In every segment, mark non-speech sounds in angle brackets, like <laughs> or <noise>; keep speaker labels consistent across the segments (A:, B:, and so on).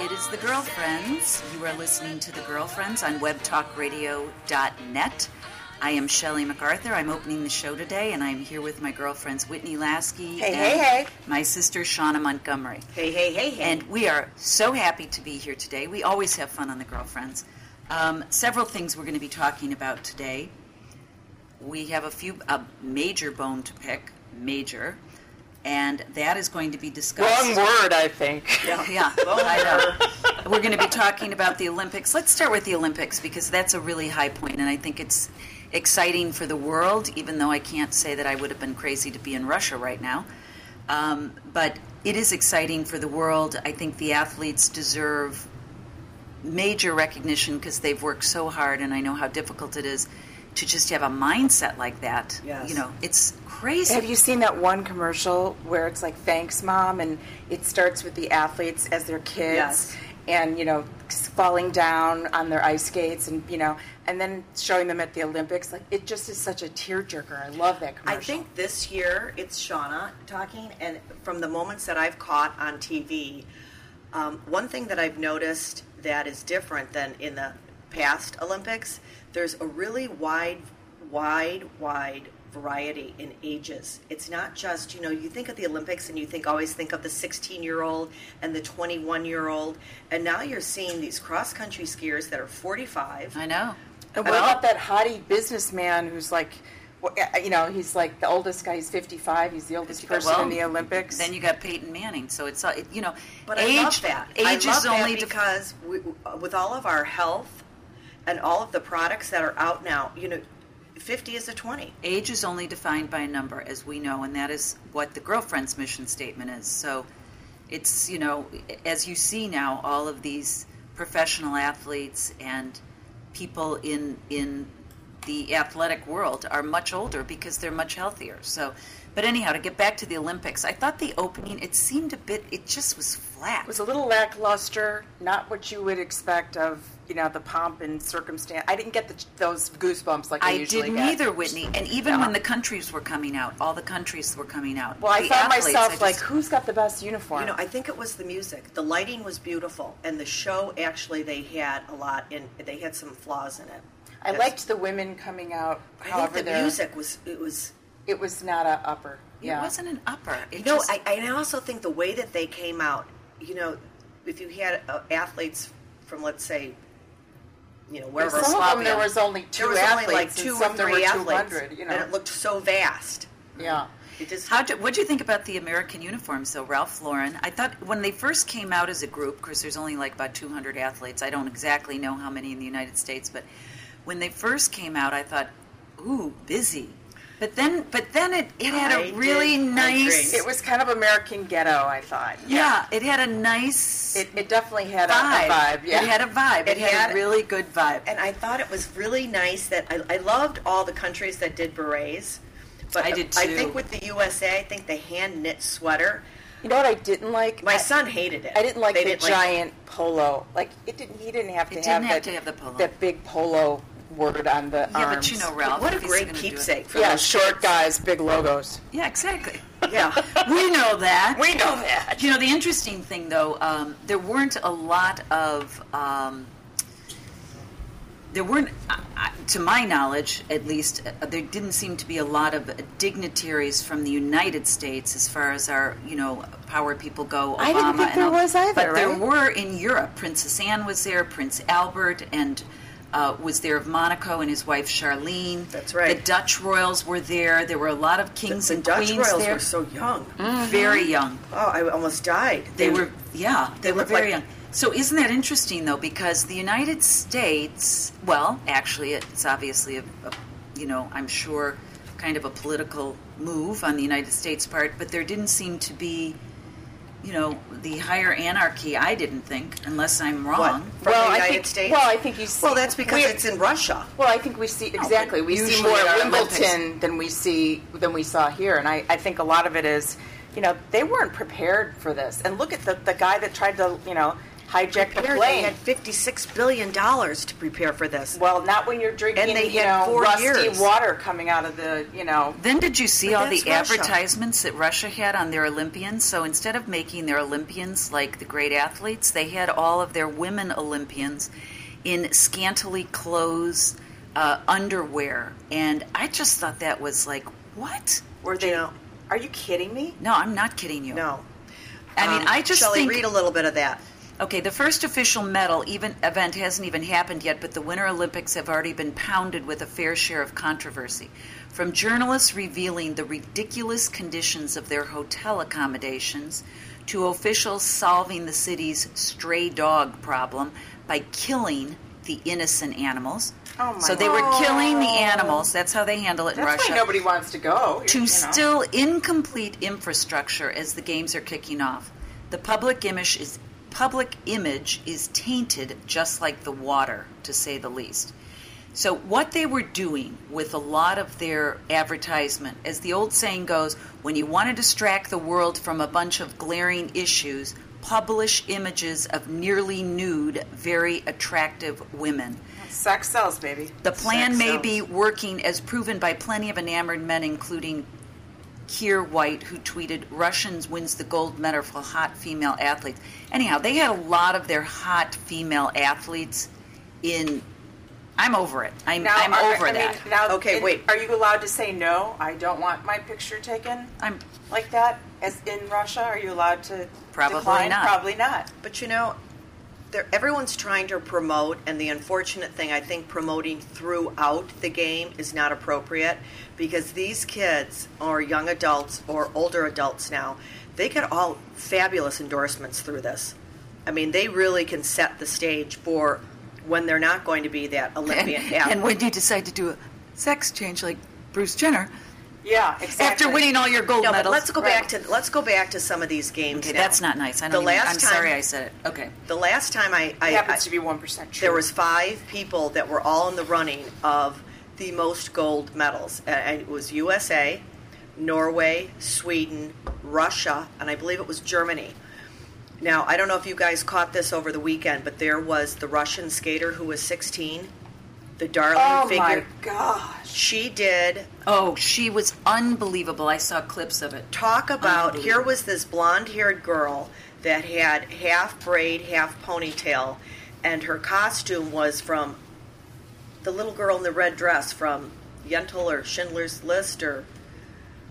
A: It is The Girlfriends. You are listening to The Girlfriends on webtalkradio.net. I am Shelley MacArthur. I'm opening the show today, and I'm here with my girlfriends Whitney Lasky
B: Hey,
A: and
B: hey, hey.
A: my sister Shauna Montgomery.
B: Hey, hey, hey, hey.
A: And we are so happy to be here today. We always have fun on The Girlfriends. Um, several things we're going to be talking about today. We have a few, a major bone to pick, major, and that is going to be discussed.
C: Wrong word, I think.
A: Yeah, I know. We're going to be talking about the Olympics. Let's start with the Olympics because that's a really high point, and I think it's exciting for the world. Even though I can't say that I would have been crazy to be in Russia right now, um, but it is exciting for the world. I think the athletes deserve major recognition because they've worked so hard, and I know how difficult it is to just have a mindset like that.
B: Yes.
A: You know, it's crazy.
C: Have you seen that one commercial where it's like "Thanks, Mom," and it starts with the athletes as their kids,
B: Yes.
C: and you know, falling down on their ice skates, and you know, and then showing them at the Olympics. Like it just is such a tearjerker. I love that
B: I
C: commercial.
B: think this year it's Shauna talking, and from the moments that I've caught on TV, um, one thing that I've noticed that is different than in the past Olympics, there's a really wide, wide, wide variety in ages. It's not just, you know, you think of the Olympics and you think always think of the 16 year old and the 21 year old, and now you're seeing these cross country skiers that are 45.
A: I know.
C: And what about that hottie businessman who's like, wh- uh, you know, he's like the oldest guy. He's fifty-five. He's the oldest person
A: Well,
C: in the Olympics.
A: Then you got Peyton Manning, so it's uh, it- you know,
B: But
A: age
B: I love that.
A: age
B: I love
A: is only
B: that
A: def-
B: because we, with all of our health and all of the products that are out now, you know, fifty is a twenty.
A: age is only defined by a number, as we know, and that is what the girlfriend's mission statement is. So, it's you know, as you see now, all of these professional athletes and people in in the athletic world are much older because they're much healthier. So, but anyhow, to get back to the Olympics, I thought the opening it seemed a bit, it just was flat.
C: It was a little lackluster, not what you would expect of you know the pomp and circumstance. I didn't get the, those goosebumps like I,
A: I
C: usually
A: didn't
C: get.
A: either, Whitney. And even
C: Yeah.
A: when the countries were coming out, all the countries were coming out.
C: Well, I
A: The
C: found
A: athletes,
C: myself
A: I just-
C: like, who's got the best uniform?
B: You know, I think it was the music. The lighting was beautiful, and the show actually they had a lot, and they had some flaws in it.
C: I,
B: That's-
C: liked the women coming out.
B: I
C: however,
B: think the
C: they're-
B: music was it was.
C: It was not a upper.
A: it
C: yeah.
A: wasn't an upper. It
B: You know,
A: just-
B: I, I also think the way that they came out. You know, if you had uh, athletes from let's say, you know, wherever
C: some of them
B: Slavia,
C: there was only two
B: there was
C: athletes.
B: only like
C: and
B: two
C: some
B: or
C: there were
B: three athletes,
C: 200, You know.
B: and it looked so vast.
C: yeah.
B: It just
A: How do, what do you think about the American uniforms, though, Ralph Lauren? I thought when they first came out as a group, because there's only like about 200 athletes. I don't exactly know how many in the United States, but when they first came out, I thought, ooh, busy. But then, but then it, it had
B: I
A: a
B: did
A: really
B: agree.
A: nice.
C: It was kind of American ghetto. I thought.
A: yeah, it had a nice
C: It, it definitely had a, a
A: vibe.
C: vibe. Yeah.
A: It had a vibe. It,
B: It
A: had, a
B: had-
A: really good vibe.
B: and I thought it was really nice that I, I loved all the countries that did berets, but
A: I did
B: I
A: too.
B: think with the USA, I think the hand knit sweater.
C: you know what I didn't like?
B: My
C: I-
B: son hated it.
C: I didn't like
B: They
C: the
B: didn't
C: giant polo. Like it didn't. He didn't have to
A: It
C: have
A: didn't
C: that,
A: have to have the polo.
C: That big polo word on the
A: Yeah,
C: arms.
A: but you know, Ralph.
B: Um, What a
A: if he's
B: great
A: gonna do it-
B: keepsake for
C: Yeah,
B: those
C: short
B: kids.
C: guys, big logos.
A: Yeah,
B: <laughs>
A: exactly.
B: Yeah,
A: we know that.
C: We know that.
A: You know, the interesting thing, though, um, there weren't a lot of. Um, there weren't, I- I- to my knowledge at least, uh, there didn't seem to be a lot of dignitaries from the United States as far as our, you know, power people go. Obama
C: I didn't think
A: and
C: there
A: all-
C: was either,
A: But there
C: right?
A: were in Europe. Princess Anne was there. Prince Albert and uh, was there of Monaco and his wife Charlene.
B: That's right.
A: The Dutch royals were there. There were a lot of kings
B: the
A: and
B: Dutch
A: queens
B: royals
A: there.
B: were so young.
C: Mm-hmm.
A: Very young.
B: Oh, I almost died.
A: They were, yeah, they,
B: they
A: were
B: look
A: very young.
B: like-
A: So isn't that interesting though? Because the United States, well, actually, it's obviously a, a, you know, I'm sure, kind of a political move on the United States part, but there didn't seem to be, you know, the higher anarchy. I didn't think, unless I'm
B: What,
A: wrong.
B: from
C: well,
B: the
C: I
B: United
C: think,
B: States.
C: Well, I think you. See,
B: Well, that's because
C: we-
B: it's in Russia.
C: Well, I think we see exactly. We see
A: usually
C: more
A: our
C: at
A: Olympics-
C: Wimbledon than we see than we saw here, and I, I think a lot of it is, you know, they weren't prepared for this. And look at the the guy that tried to, you know,
D: hijacked the
B: Here They
D: plane.
B: had fifty-six billion dollars to prepare for this.
D: Well, not when you're drinking,
B: And they
D: you
B: had
D: know,
B: four
D: rusty
B: years.
D: water coming out of the, you know.
A: Then did you see
B: But
A: all the
B: that's Russia.
A: advertisements that Russia had on their Olympians? So instead of making their Olympians like the great athletes, they had all of their women Olympians in scantily clothes, uh, underwear, and I just thought that was like, what?
D: Were they?
B: know-
D: Are you kidding me?
A: No, I'm not kidding you.
B: No,
A: I mean
B: Um,
A: I just
B: Shelley,
A: think
B: read a little bit of that.
A: Okay, the first official medal even event hasn't even happened yet, but the Winter Olympics have already been pounded with a fair share of controversy. From journalists revealing the ridiculous conditions of their hotel accommodations to officials solving the city's stray dog problem by killing the innocent animals.
D: Oh, my
A: so they were
D: God.
A: killing the animals. That's how they handle it in
D: That's
A: Russia
D: why nobody wants to go. you
A: to
D: know.
A: still incomplete infrastructure as the games are kicking off. The public image is public image is tainted just like the water, to say the least. So what they were doing with a lot of their advertisement, as the old saying goes, when you want to distract the world from a bunch of glaring issues, publish images of nearly nude, very attractive women.
D: sex sells, baby.
A: The plan
B: Sex
A: may
B: sells.
A: be working, as proven by plenty of enamored men, including Kier White, who tweeted, "Russians wins the gold medal for hot female athletes." Anyhow, they had a lot of their hot female athletes in. I'm over it. I'm,
D: Now,
A: I'm
D: are-
A: over
D: I
A: that.
D: Mean, now,
B: Okay,
D: in-
B: wait.
D: Are you allowed to say no? I don't want my picture taken
A: I'm
D: like that. As in Russia, are you allowed to?
A: Probably
D: decline?
A: not.
D: Probably not.
B: But you know, there, everyone's trying to promote, and the unfortunate thing I think promoting throughout the game is not appropriate because these kids, or young adults, or older adults now, they get all fabulous endorsements through this. I mean, they really can set the stage for when they're not going to be that
A: and,
B: Olympian athlete.
A: and when you decide to do a sex change like Bruce Jenner
D: Yeah, exactly.
A: after winning all your gold
B: no, but
A: medals,
B: let's go
D: Right.
B: back to let's go back to some of these games.
A: Okay,
B: now.
A: that's not nice. I
B: The
A: don't. Even,
B: last
A: I'm
B: time-
A: sorry I said it. Okay.
B: The last time I, I
D: it
B: I-
D: happens to be one percent.
B: there was five people that were all in the running of the most gold medals and it was usa norway sweden russia and i believe it was germany now i don't know if you guys caught this over the weekend but there was the russian skater who was 16 the darling
D: Oh
B: figure
D: my gosh!
B: she did
A: Oh, she was unbelievable. I saw clips of it.
B: talk about here
A: Unbelievable.
B: was this blonde haired girl that had half braid, half ponytail, and her costume was from the little girl in the red dress from Yentl or Schindler's List or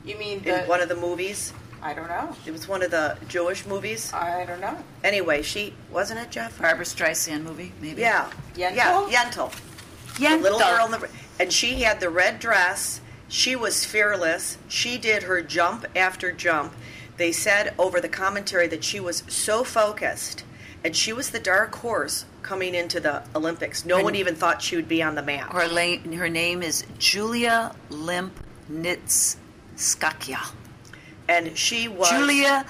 D: You mean the?
B: in one of the movies.
D: I don't know.
B: It was one of the Jewish movies.
D: I don't know.
B: Anyway, she wasn't it, Jeff?
A: Barbara Streisand movie, maybe.
B: Yeah.
D: Yentl?
B: Yeah, Yentl.
A: Yeah,
B: The little girl in the and she had the red dress. She was fearless. She did her jump after jump. They said over the commentary that she was so focused, and she was the dark horse coming into the Olympics. No one even thought she would be on the map.
A: Her, la- her name is Julia Limpnitskakia.
B: And she was
A: Julia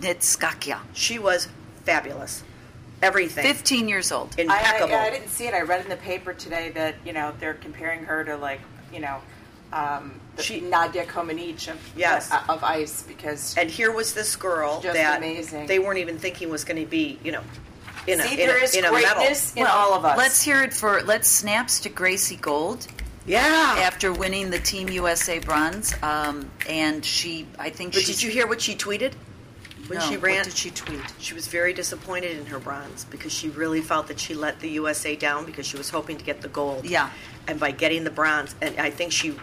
A: Limpnitskakia.
B: She was fabulous. Everything
A: 15 years old.
D: I-
B: impeccable.
D: I, I, didn't see it. I read in the paper today that you know they're comparing her to like you know um, the
B: She-
D: Nadia Comaneci of
B: Yes.
D: uh, of ICE because
B: and here was this girl
D: Just
B: that
D: amazing.
B: they weren't even thinking was going to be, you know, in a,
D: see
B: in a,
D: there is
B: in a medal.
D: greatness in all of us.
A: Let's hear it for, let's snaps to Gracie Gold
B: Yeah.
A: after winning the Team USA bronze. Um, and she, I think
B: But
A: she.
B: did you hear what she tweeted when
A: no,
B: she ran?
A: What did she tweet?
B: She was very disappointed in her bronze because she really felt that she let the USA down because she was hoping to get the gold.
A: Yeah.
B: And by getting the bronze, and I think she,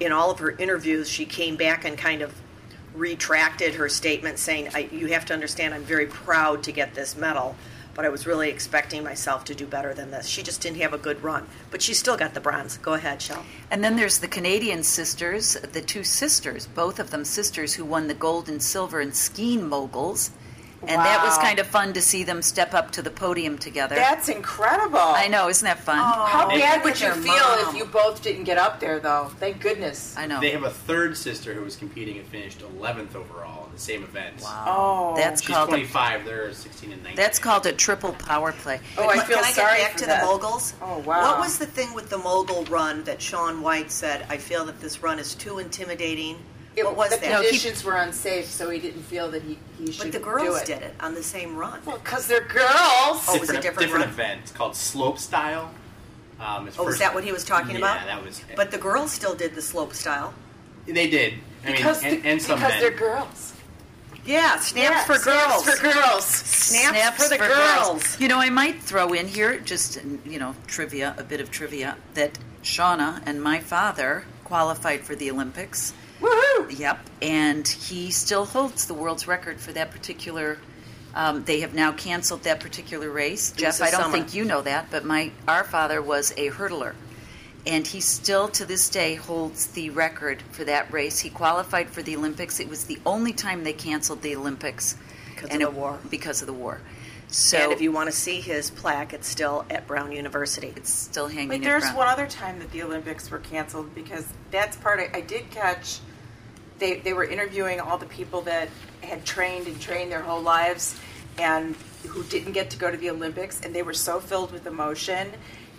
B: in all of her interviews, she came back and kind of retracted her statement saying, I, You have to understand, I'm very proud to get this medal, but I was really expecting myself to do better than this. She just didn't have a good run, but she still got the bronze. Go ahead, Shel.
A: And then there's the Canadian sisters, the two sisters, both of them sisters who won the gold and silver in skiing moguls. And that was
D: Wow.
A: kind of fun to see them step up to the podium together.
D: That's incredible.
A: I know, isn't that fun?
D: How
E: They-
D: bad would
A: their
D: you feel
A: mom.
D: if you both didn't get up there though? Thank goodness.
A: I know.
E: They have a third sister who was competing and finished 11th overall in the same event.
A: Wow.
D: Oh.
A: That's
E: She's
A: called a,
E: 25. They're 16 and 19.
A: that's called a triple power play.
D: Oh, I
B: But
D: feel
B: Can I
D: sorry
B: get back
D: for
B: to
D: that.
B: the moguls?
D: Oh, wow.
B: What was the thing with the mogul run that Sean White said? I feel that this run is too intimidating What was
D: the
B: that?
A: No, keep-
D: conditions were unsafe, so he didn't feel that he, he should
B: But the
D: do
B: girls
D: it.
B: did it on the same run.
D: Well, because they're girls.
B: Oh, it was a different one?
E: event. It's called Slope Style. Um, it's
B: Oh, is
E: first-
B: that what he was talking
E: yeah,
B: about?
E: Yeah, that was.
B: But the girls still did the slope style.
E: they did. I mean,
D: because
E: and,
D: the-
E: and some
D: because
E: men.
D: they're girls.
B: Yeah, snaps
D: Yeah,
B: for girls.
D: Snaps for girls.
B: Snaps for the girls.
A: You know, I might throw in here just you know trivia, a bit of trivia that Shauna and my father qualified for the Olympics.
D: Woohoo!
A: Yep, and he still holds the world's record for that particular. Um, they have now canceled that particular race.
B: was
A: Jeff,
B: this
A: I don't
B: summer.
A: think you know that, but my our father was a hurdler, and he still to this day holds the record for that race. He qualified for the Olympics. It was the only time they canceled the Olympics
B: Because
A: and
B: of
A: it-
B: the war.
A: Because of the war. So
B: and if you want to see his plaque, it's still at Brown University.
A: it's still hanging.
C: Wait,
A: in
C: there's
A: front.
C: one other time that the Olympics were canceled because that's part I, I did catch. They they were interviewing all the people that had trained and trained their whole lives, and who didn't get to go to the Olympics, and they were so filled with emotion,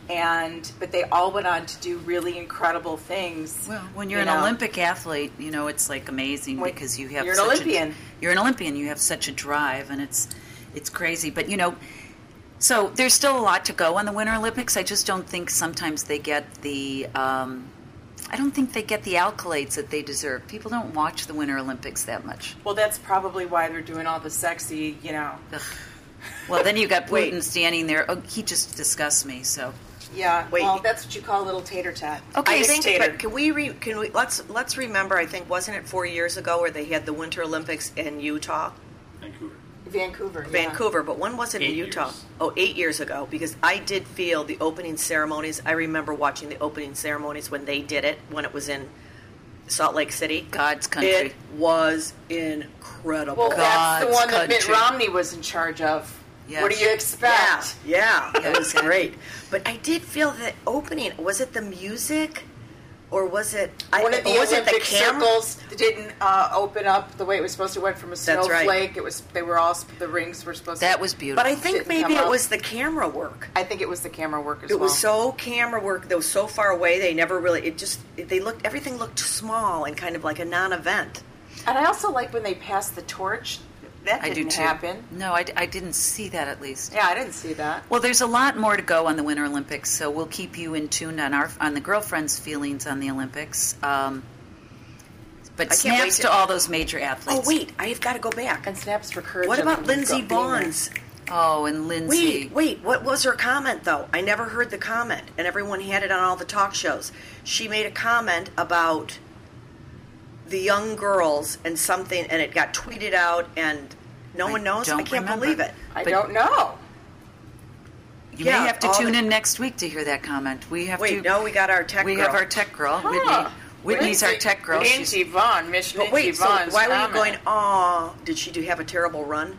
C: and but they all went on to do really incredible things.
A: Well, when you're
C: you
A: an
C: know.
A: Olympic athlete, you know it's like amazing
C: When-
A: because you have
C: you're an
A: such
C: Olympian.
A: A, you're an Olympian. You have such a drive, and it's it's crazy. But you know, so there's still a lot to go on the Winter Olympics. I just don't think sometimes they get the um, I don't think they get the accolades that they deserve. People don't watch the Winter Olympics that much.
C: well, that's probably why they're doing all the sexy, you know.
A: Ugh. Well, then you
C: <laughs>
A: got
B: Wait.
A: Putin standing there. Oh, he just disgusts me. So
C: Yeah.
B: Wait.
C: Well, that's what you call a little tater tot.
A: Okay,
B: I think,
C: tater.
B: but can we re, can we let's let's remember? I think wasn't it four years ago where they had the Winter Olympics in Utah,
E: Vancouver.
C: Vancouver. yeah.
B: Vancouver, but when was it in
E: Eight
B: Utah?
E: years.
B: Oh, eight years ago. Because I did feel the opening ceremonies. I remember watching the opening ceremonies when they did it when it was in Salt Lake City.
A: God's country.
B: It was incredible.
D: Well, that's the
A: God's
D: one that Mitt
A: country.
D: Romney was in charge of. What do
A: Yes.
D: you expect?
B: Yeah, yeah, it was
A: exactly.
B: great. But I did feel the opening. Was it the music, or was it? I,
D: One of the
B: or was
D: Olympic
B: it the camera?
D: circles didn't uh, open up the way it was supposed to. It Went from a
B: That's
D: snowflake.
B: right.
D: It was they were all sp- the rings were supposed.
A: That
D: to,
A: was beautiful.
B: But I think
D: Didn't come
B: maybe it
D: out.
B: was the camera work.
D: I think it was the camera work as
B: It
D: well.
B: was so camera work. That was so far away. They never really. It just. They looked. Everything looked small and kind of like a non-event.
D: and I also like when they passed the torch. That
A: I
D: didn't
A: do too.
D: happen.
A: No, I, d- I didn't see that at least.
D: Yeah, I didn't see that.
A: Well, there's a lot more to go on the Winter Olympics, so we'll keep you in tune on our on the girlfriends' feelings on the Olympics. Um, but
B: can't wait
A: snaps to,
B: to-
A: all those major athletes.
B: Oh wait, I've got to go back.
D: And snaps for courage.
B: What
D: of
B: about Lindsay
D: being there.
B: Bonds?
A: Oh, and Lindsay.
B: Wait, wait. What was her comment though? I never heard the comment, and everyone had it on all the talk shows. She made a comment about the young girls and something, and it got tweeted out, and no
A: I
B: one knows. I
A: don't
B: can't
A: remember.
B: believe it.
D: I
A: But-
D: don't know.
A: You
B: yeah,
A: may have to
B: all
A: tune
B: the-
A: in next week to hear that comment. We have
B: Wait,
A: to.
B: no, we got our tech.
A: we
B: girl.
A: have our tech girl,
D: Huh.
A: Whitney. Whitney's our
D: Lindsay-
A: tech girl. She's-
D: Lindsay Vaughn, Miss
B: But
D: Lindsay
B: wait, so
D: Vaughn's
B: why were you
D: comment.
B: going? Oh, did she do have a terrible run?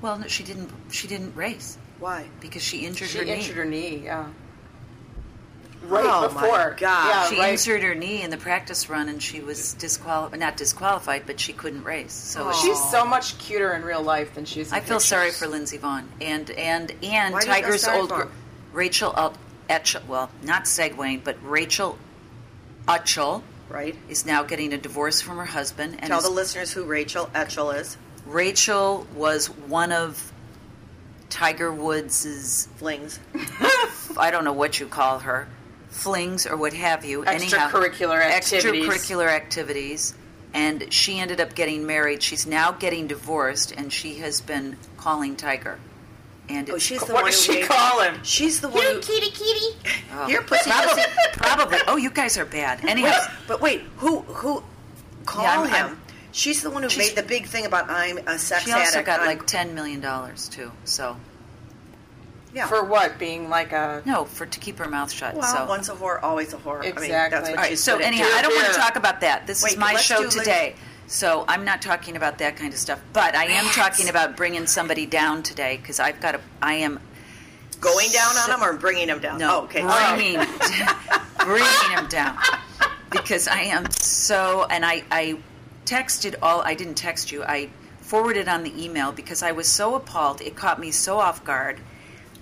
A: well, no, she didn't. She didn't race
B: Why?
A: because she injured
D: She
A: her
D: injured
A: knee.
D: her knee. Yeah. Right
B: Oh, my
D: before.
B: God.
D: Yeah,
A: she
D: right.
A: injured her knee in the practice run, and she was disqualified. Not disqualified, but she couldn't race. So
B: Aw.
A: she
D: She's so much cuter in real life than she is. In
A: I feel
D: pictures.
A: sorry for Lindsey Vaughn and and and
B: Why do you feel
A: Tiger's
B: sorry
A: old
B: for
A: gr-
B: her?
A: Rachel Ut- Etchell. Well, not segueing, but Rachel Utchell
B: Right.
A: is now getting a divorce from her husband. And
B: Tell
A: is-
B: the listeners who Rachel Etchell is.
A: Rachel was one of Tiger Woods's <laughs>
B: Flings.
A: I don't know what you call her flings or what have you. Anyhow,
D: Extracurricular activities.
A: Extracurricular activities. And she ended up getting married. She's now getting divorced, and she has been calling Tiger. And
B: Oh,
A: it's
B: she's the
D: What
B: one
D: does
B: who
D: she
B: gave-
D: call him?
B: She's the one. who-
A: Oh.
B: Your pussy
A: probably,
D: <laughs>
B: doesn't-
A: probably. Oh, you guys are bad. Anyhow,
B: Wait, but wait, who who call
A: Yeah, I'm-
B: him?
A: I'm-
B: she's the one who
A: She's-
B: made the big thing about I'm a sex
A: she
B: addict.
A: also got
B: I'm-
A: like ten million dollars too. So
B: yeah.
D: For what? Being like a
A: no, for to keep her mouth shut.
B: well,
A: so
B: once a whore, always a whore. I mean, that's
D: Exactly.
B: what
A: all right.
B: she's
A: So
B: gonna
A: anyhow,
B: do.
A: I don't want
D: Yeah.
A: to talk about that. This
B: Wait,
A: is my
B: let's do
A: show
B: Lindsay.
A: today. So I'm not talking about that kind of stuff. But I am talking about bringing somebody down today because I've got a. I am
B: going down on him or bringing him down.
A: No,
B: oh, okay.
A: bringing, bringing him down because I am so. And I, I texted all. I didn't text you. I forwarded on the email because I was so appalled. It caught me so off guard.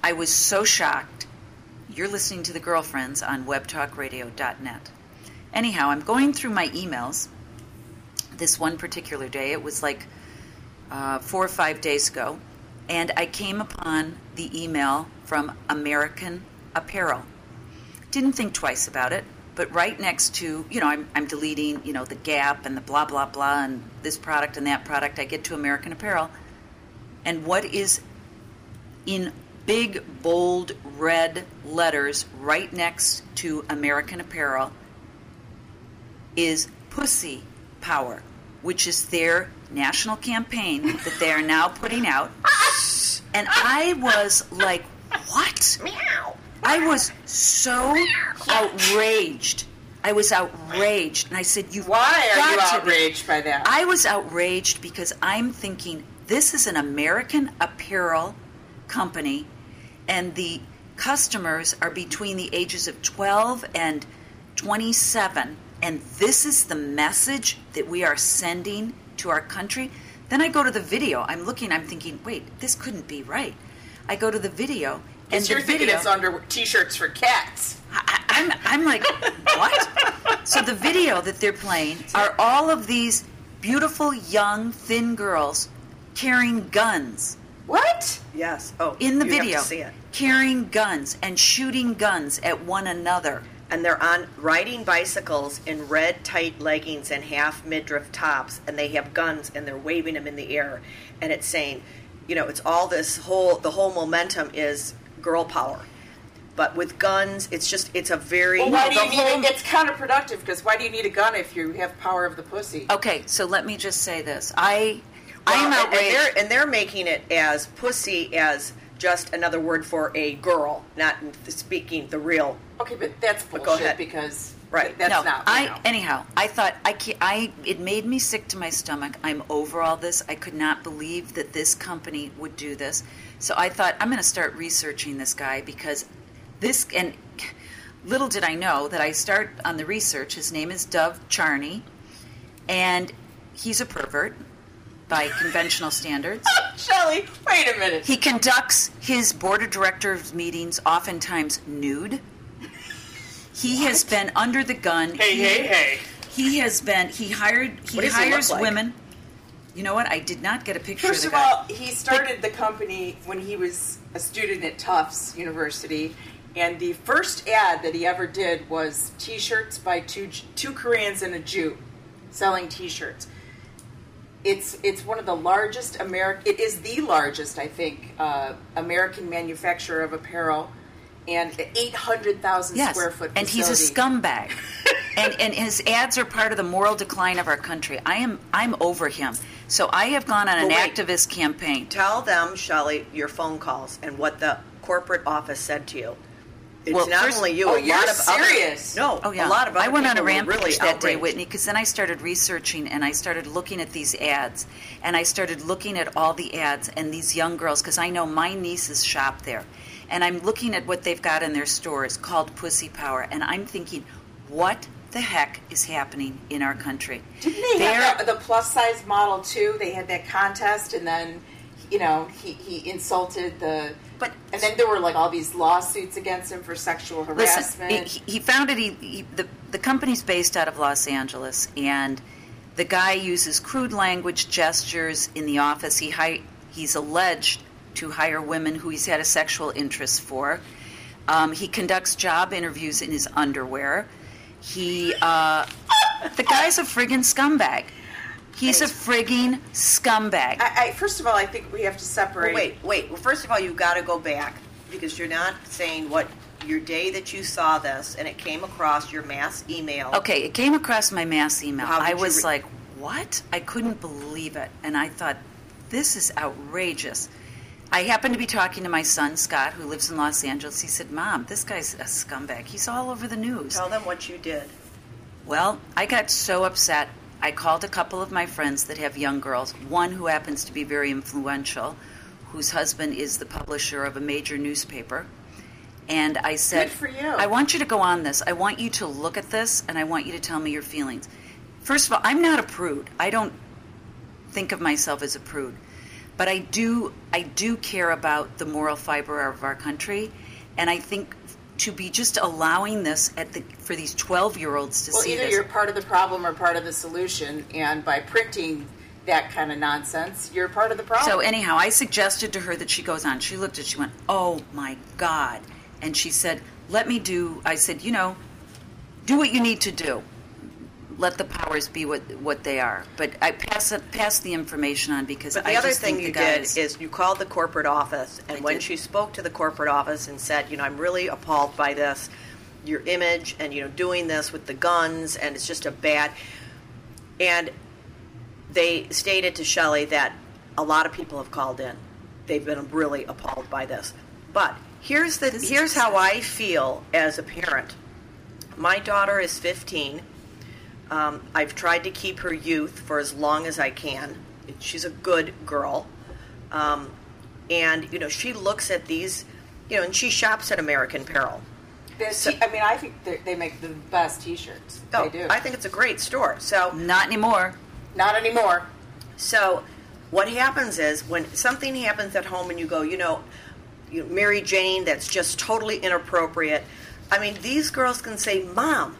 A: I was so shocked. You're listening to the girlfriends on WebTalkRadio.net. Anyhow, I'm going through my emails this one particular day. It was like uh, four or five days ago, and I came upon the email from American Apparel. Didn't think twice about it, but right next to, you know, I'm, I'm deleting, you know, the Gap and the blah, blah, blah, and this product and that product. I get to American Apparel, and what is in big, bold, red letters right next to American Apparel is Pussy Power, which is their national campaign that they are now putting out.
C: <laughs>
A: And I was like, what? Meow. I was so outraged. I was outraged. And I said, You've
C: Why are you
A: got to be
C: outraged by that?
A: I was outraged because I'm thinking this is an American apparel company, and the customers are between the ages of 12 and 27, and this is the message that we are sending to our country. Then I go to the video. I'm looking. I'm thinking, wait, this couldn't be right. I go to the video, and
C: Because you're
A: the
C: thinking
A: video,
C: it's under t-shirts for cats.
A: I, I'm, I'm like, what? So the video that they're playing are all of these beautiful, young, thin girls carrying guns
C: What?
B: Yes. Oh,
A: in the
B: you
A: video,
B: Have to see it.
A: carrying guns and shooting guns at one another.
B: And they're on riding bicycles in red tight leggings and half midriff tops, and they have guns and they're waving them in the air, and it's saying, you know, it's all this whole the whole momentum is girl power, but with guns, it's just it's a very
C: Well, why do
B: the
C: you need
B: whole-
C: it? It's counterproductive because why do you need a gun if you have power of the pussy?
A: Okay, so let me just say this. I, I am
B: Well, and-
A: outraged.
B: And they're, and they're making it as pussy as just another word for a girl, not speaking the real.
C: Okay, but that's bullshit
B: ahead.
C: because
B: Right.
C: that's
A: no,
C: not.
A: I
C: you know.
A: anyhow. I thought I can't, I it made me sick to my stomach. I'm over all this. I could not believe that this company would do this. So I thought I'm going to start researching this guy because this and little did I know that I start on the research. His name is Dove Charney, and he's a pervert by conventional standards.
C: Shelley, wait a minute.
A: He conducts his board of directors meetings oftentimes nude. He has been under the gun.
E: Hey,
A: He-
E: hey, hey.
A: he has been. He hired. He
B: What does he look
A: hires
B: like?
A: women. You know what? I did not get a picture
C: First
A: of
C: of
A: the guy.
C: all, he started the company when he was a student at Tufts University, and the first ad that he ever did was T-shirts by two two Koreans and a Jew, selling T-shirts. It's it's one of the largest American. It is the largest, I think, uh, American manufacturer of apparel, and eight hundred thousand
A: yes,
C: square foot.
A: and he's a
C: facility.
A: scumbag. and and his ads are part of the moral decline of our country. I am I'm over him. So I have gone on an
B: But wait.
A: activist campaign.
B: Tell them, Shelley, your phone calls and what the corporate office said to you. It's
A: Well,
B: not
A: first-
B: only you.
C: Oh,
B: a
C: you're
B: lot of
C: serious.
B: Other, no,
A: Oh yeah,
B: a lot of. Other
A: I went on a
B: people were
A: rampage
B: really
A: that day,
B: outraged.
A: Whitney, because then I started researching and I started looking at these ads and I started looking at all the ads and these young girls because I know my nieces shop there, and I'm looking at what they've got in their stores called Pussy Power, and I'm thinking, what the heck is happening in our country?
C: Didn't they
A: They're-
C: have the, the plus size model too? They had that contest, and then you know he, he insulted the.
A: But-
C: and then there were like all these lawsuits against him for sexual
A: Listen,
C: harassment.
A: he, he founded he, he, the the company's based out of Los Angeles, and the guy uses crude language, gestures in the office. He hi, he's alleged to hire women who he's had a sexual interest for. Um, he conducts job interviews in his underwear. He uh, the guy's a friggin' scumbag. He's a friggin' scumbag.
C: I, I, first of all, I think we have to separate.
B: Well, wait, wait. Well, first of all, you've got to go back because you're not saying what your day that you saw this and it came across your mass email.
A: Okay, it came across my mass email.
B: How did
A: I
B: you
A: was
B: re-
A: like, what? I couldn't believe it. And I thought, this is outrageous. I happened to be talking to my son, Scott, who lives in Los Angeles. He said, Mom, this guy's a scumbag. He's all over the news.
B: Tell them what you did.
A: Well, I got so upset. I called a couple of my friends that have young girls, one who happens to be very influential, whose husband is the publisher of a major newspaper. And I said,
C: Good for you.
A: I want you to go on this. I want you to look at this and I want you to tell me your feelings. First of all, I'm not a prude. I don't think of myself as a prude, but I do I do care about the moral fiber of our country, and I think to be just allowing this at the for these 12 year olds to
C: Well,
A: see
C: either
A: this.
C: you're part of the problem or part of the solution, and by printing that kind of nonsense, you're part of the problem.
A: So
B: Oh.
A: anyhow, I suggested to her that she goes on. She looked at she went, "Oh my god." And she said, "Let me do." I said, "You know, do what you need to do. Let the powers be what what they are." But I pass it pass the information on because
B: But
A: I
B: the other
A: just
B: thing
A: think
B: you
A: the guys,
B: did is you called the corporate office, and
A: I
B: when
A: did.
B: she spoke to the corporate office and said, you know, I'm really appalled by this, your image, and you know, doing this with the guns, and it's just a bad. And they stated to Shelley that a lot of people have called in. They've been really appalled by this. But here's the
A: This is
B: here's how
A: upsetting.
B: I feel as a parent. My daughter is 15. Um, I've tried to keep her youth for as long as I can. She's a good girl. Um, and, you know, she looks at these, you know, and she shops at American Apparel.
C: There's t- I mean, I think they- they make the best T-shirts.
B: Oh,
C: they do. Mm-hmm.
B: I think it's a great store. So,
A: not anymore.
C: Not anymore.
B: So, what happens is when something happens at home and you go, you know, you, Mary Jane, that's just totally inappropriate. I mean, these girls can say, Mom,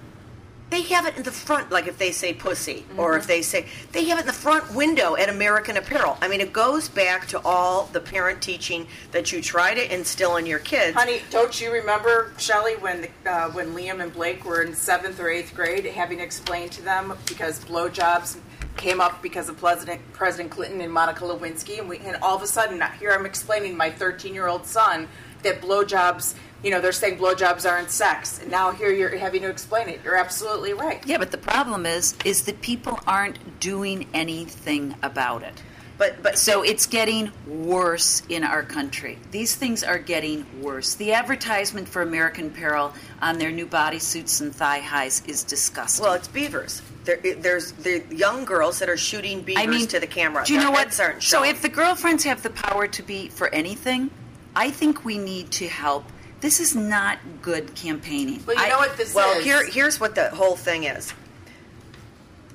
B: they have it in the front, like if they say pussy, or if they say, they have it in the front window at American Apparel. I mean, it goes back to all the parent teaching that you try to instill in your kids.
C: Honey, don't you remember Shelley when uh, when Liam and Blake were in seventh or eighth grade, having explained to them because blowjobs came up because of President President Clinton and Monica Lewinsky, and we and all of a sudden now here I'm explaining to my 13 year old son that blowjobs, you know, they're saying blowjobs aren't sex, and now here you're having to explain it. You're absolutely right.
A: Yeah, but the problem is is that people aren't doing anything about it.
B: But, but
A: So it's getting worse in our country. These things are getting worse. The advertisement for American Apparel on their new bodysuits and thigh highs is disgusting.
B: Well, it's beavers. There, there's the young girls that are shooting beavers
A: I mean,
B: to the camera.
A: Do you
B: Their
A: know what?
B: heads aren't
A: So
B: shown.
A: if the girlfriends have the power to be for anything, I think we need to help. This is not good campaigning.
C: But you
A: I-
C: know what this
B: Well,
C: is?
B: here, here's what the whole thing is.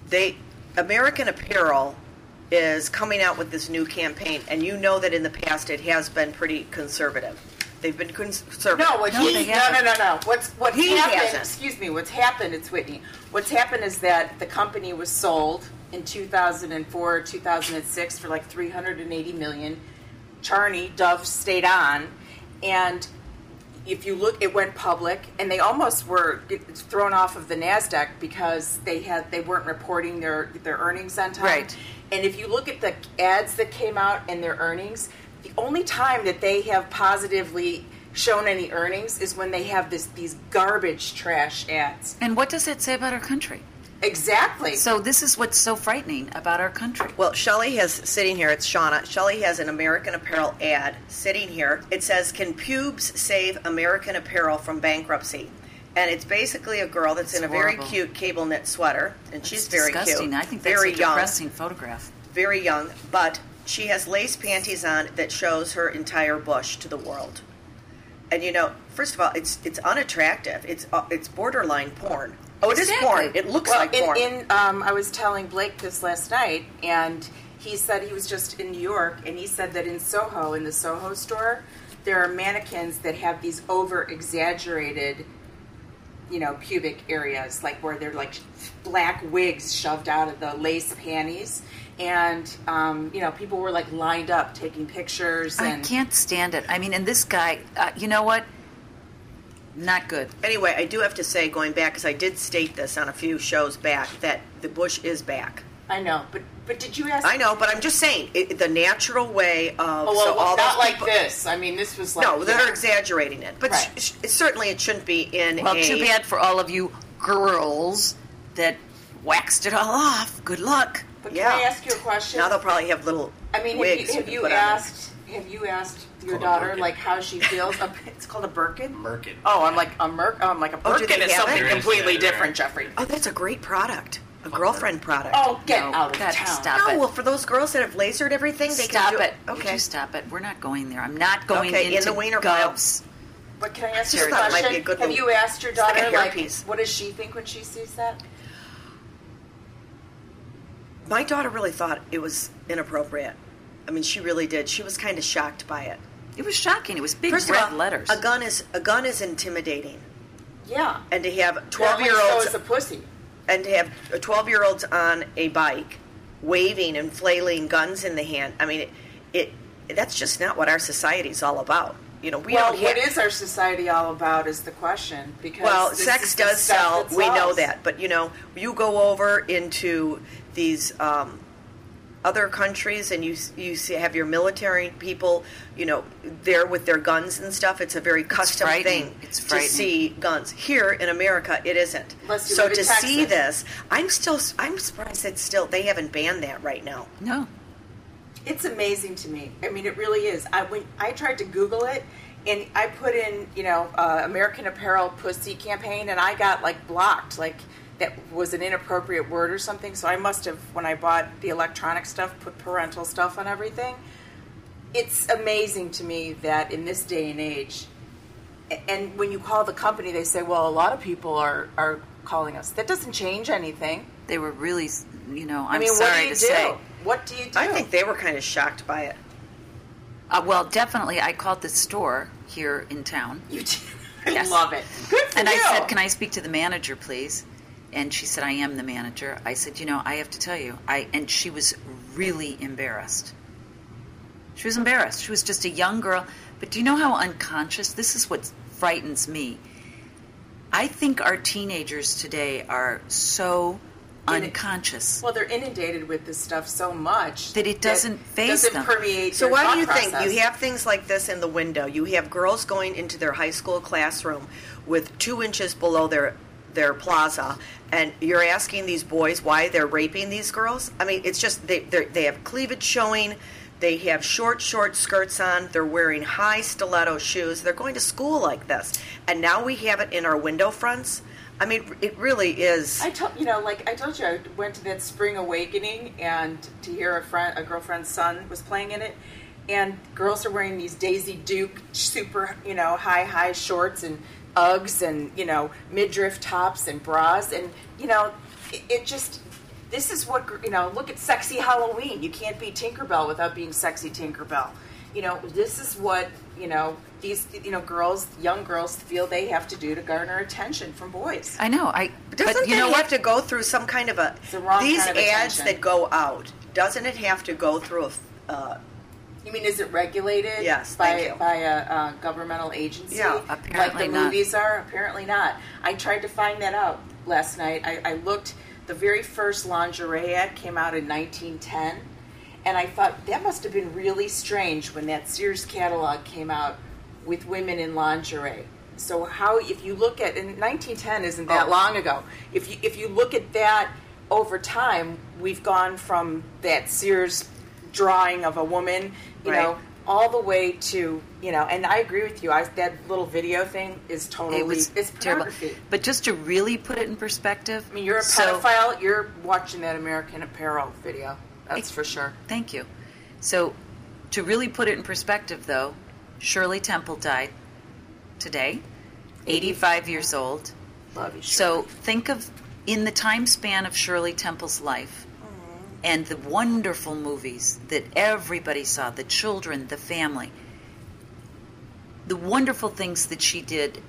B: They American Apparel is coming out with this new campaign, and you know that in the past it has been pretty conservative. They've been cons- conservative.
C: No, what
A: No, they
C: he no no
A: haven't.
C: no no. What's what
B: He
C: happened?
B: hasn't.
C: Excuse me. What's happened? It's Whitney. What's happened is that the company was sold in 2004 or 2006 for like 380 million. Charney Dove stayed on, and if you look, it went public, and they almost were thrown off of the Nasdaq because they had they weren't reporting their their earnings on time.
A: Right.
C: And if you look at the ads that came out and their earnings, the only time that they have positively shown any earnings is when they have this these garbage trash ads.
A: and what does that say about our country?
C: Exactly.
A: So this is what's so frightening about our country.
B: Well, Shelly has sitting here. It's Shauna. Shelly has an American Apparel ad sitting here. It says, "Can pubes save American Apparel from bankruptcy?" And it's basically a girl that's,
A: That's
B: in a very
A: horrible.
B: cute cable knit sweater, and she's
A: It's
B: very
A: disgusting.
B: cute.
A: I think that's
B: very
A: a
B: young.
A: depressing photograph.
B: very young, but she has lace panties on that shows her entire bush to the world. And you know, first of all, it's it's unattractive. It's uh, it's borderline porn. Oh, it is
A: Exactly.
B: porn. It looks
C: well,
B: like porn.
C: in, in um, I was telling Blake this last night, and he said he was just in New York, and he said that in Soho, in the Soho store, there are mannequins that have these over exaggerated, you know, pubic areas, like where they're like black wigs shoved out of the lace panties. And um, you know, people were like lined up taking pictures.
A: I
C: and
A: can't stand it. I mean, and this guy, uh, you know what? Not good.
B: anyway, I do have to say, going back, because I did state this on a few shows back, that the bush is back.
C: I know, but but did you ask?
B: I know, but I'm just saying it, the natural way of
C: Oh, well,
B: so
C: it
B: all
C: was not
B: those
C: like
B: people-
C: this. I mean, this was like
B: No, they're
C: yeah.
B: exaggerating it, but
C: Right.
B: sh- sh- certainly it shouldn't be in
A: Well,
B: a
A: too bad for all of you girls that waxed it all off. Good luck.
C: But
B: Yeah.
C: can I ask you a question?
B: Now they'll probably have little.
C: I mean,
B: wigs
C: have you, have
B: can put
C: you
B: on there.
C: asked? Have you asked your
E: called a
C: daughter
E: Birkin.
C: like how she
B: <laughs>
C: feels? A- it's called a Birkin.
E: Merkin.
C: Oh, I'm like a merk. Oh, I'm like a
B: Oh, do
C: Birkin
B: they
C: is
B: have
C: something
E: it?
C: completely
E: Yeah,
C: different,
E: right.
C: Jeffrey.
B: Oh, that's a great product. A girlfriend product.
C: Oh, get
A: No,
C: out of
A: God,
C: town.
A: stop.
B: no,
A: it.
B: well, for those girls that have lasered everything, they
A: stop
B: can do
A: it. Would
B: Okay.
A: you stop it? We're not going there. I'm not going
B: Okay, in
A: into
B: the wiener pile.
A: govs.
C: But can I ask
B: Just
C: you a
B: thought it might
C: question?
B: be a good
C: have
B: little-
C: you asked your
B: it's like a
C: daughter like,
B: hairpiece.
C: what does she think when she sees that?
B: My daughter really thought it was inappropriate. I mean, she really did. She was kind of shocked by it.
A: It was shocking. It was big
B: First of
A: red
B: all,
A: letters.
B: a gun is a gun is intimidating,
C: Yeah.
B: and to have twelve
C: Apparently
B: year
C: so
B: olds
C: is a pussy.
B: and to have 12 year olds on a bike waving and flailing guns in the hand i mean it, it that's just not what our society's all about you know we
C: well,
B: don't
C: what
B: have,
C: is our society all about is the question. Because
B: well
C: this
B: sex
C: is the
B: does
C: stuff
B: sell
C: that
B: we know
C: sells.
B: that but you know you go over into these um, other countries and you you see, have your military people you know there with their guns and stuff it's a very custom
A: frightening.
B: thing
A: It's
B: to
A: frightening.
B: see guns here in america it isn't
C: Unless you
B: so
C: live
B: to
C: in
B: see
C: Texas.
B: this i'm still i'm surprised that still they haven't banned that right now
A: no.
C: It's amazing to me. I mean, it really is. I when I tried to Google it, and I put in you know uh, American Apparel pussy campaign, and I got like blocked. Like that was an inappropriate word or something. So I must have when I bought the electronic stuff, put parental stuff on everything. It's amazing to me that in this day and age, a- and when you call the company, they say, "Well, a lot of people are are calling us." That doesn't change anything.
A: They were really, you know, I'm
C: I mean,
A: sorry
C: what do you
A: to
C: do?
A: say.
C: What do you do?
B: i think they were kind of shocked by it
A: Uh, well, definitely, I called the store here in town.
C: You did. <laughs> I
A: Yes.
C: love it. Good for
A: And
C: you.
A: I said, "Can I speak to the manager, please?" And she said, "I am the manager." I said, "You know, I have to tell you." I and she was really embarrassed. She was embarrassed. She was just a young girl, but do you know how unconscious this is what frightens me. I think our teenagers today are so
C: In-
A: unconscious.
C: Well, they're inundated with this stuff so much
A: That it doesn't phase
C: doesn't
A: them.
C: permeate.
B: So
C: their
B: why do
C: thought
B: you think
C: process.
B: you have things like this in the window? You have girls going into their high school classroom with two inches below their their plaza, and you're asking these boys why they're raping these girls? I mean, it's just they they're- they have cleavage showing. They have short, short skirts on. They're wearing high stiletto shoes. They're going to school like this, and now we have it in our window fronts. I mean, it really is.
C: I told you know, like I told you, I went to that spring awakening, and to hear a friend, a girlfriend's son was playing in it, and girls are wearing these Daisy Duke super, you know, high high shorts and Uggs and you know midriff tops and bras, and you know, it, it just. This is what gr- you know. Look at sexy Halloween. You can't be Tinkerbell without being sexy Tinkerbell. You know, this is what you know. These you know girls, young girls, feel they have to do to garner attention from boys.
A: I know. I but
B: Doesn't
A: you
B: it
A: know
B: have
A: what?
B: to go through some kind of a
C: the wrong
B: these
C: kind of
B: ads
C: attention.
B: that go out? Doesn't it have to go through a? f- Uh,
C: You mean is it regulated?
B: Yes,
C: by
B: thank you.
C: by a uh, governmental agency.
B: Yeah,
A: apparently
C: like the
A: not.
C: movies are. Apparently not. I tried to find that out last night. I, I looked. The very first lingerie ad came out in 1910, and I thought that must have been really strange when that Sears catalog came out with women in lingerie. So how, if you look at, and 1910 isn't that
B: Oh.
C: long ago. If you if you look at that over time, we've gone from that Sears drawing of a woman, you
B: Right.
C: know, all the way to you know. And I agree with you. I that little video thing is totally
A: It was
C: it's
A: terrible.
C: pornography.
A: But just to really put it in perspective,
C: I mean, you're a
A: so-
C: pedophile. you're watching that American Apparel video. That's
A: It-
C: for sure.
A: Thank you. So, to really put it in perspective, though, Shirley Temple died today, 85 years old.
C: Love you.
A: So, think of in the time span of Shirley Temple's life and the wonderful movies that everybody saw the children, the family, the wonderful things that she did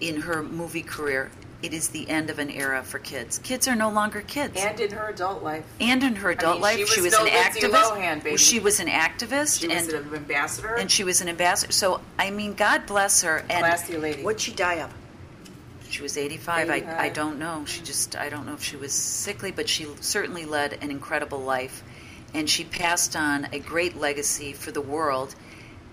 A: in her movie career. It is the end of an era for kids. Kids are no longer kids
C: and in her adult life,
A: and in her adult
C: mean,
A: life,
C: she
A: she was,
C: was still
A: an
C: Lindsay
A: activist.
C: Lohan, baby.
A: She was an activist,
C: she
A: and
C: was an ambassador.
A: and she was an ambassador. So I mean, God bless her. And
C: classy lady.
B: what'd she die of?
A: she was 85. I, I
C: 85.
A: don't know. She just I don't know if she was sickly, but she certainly led an incredible life, and she passed on a great legacy for the world.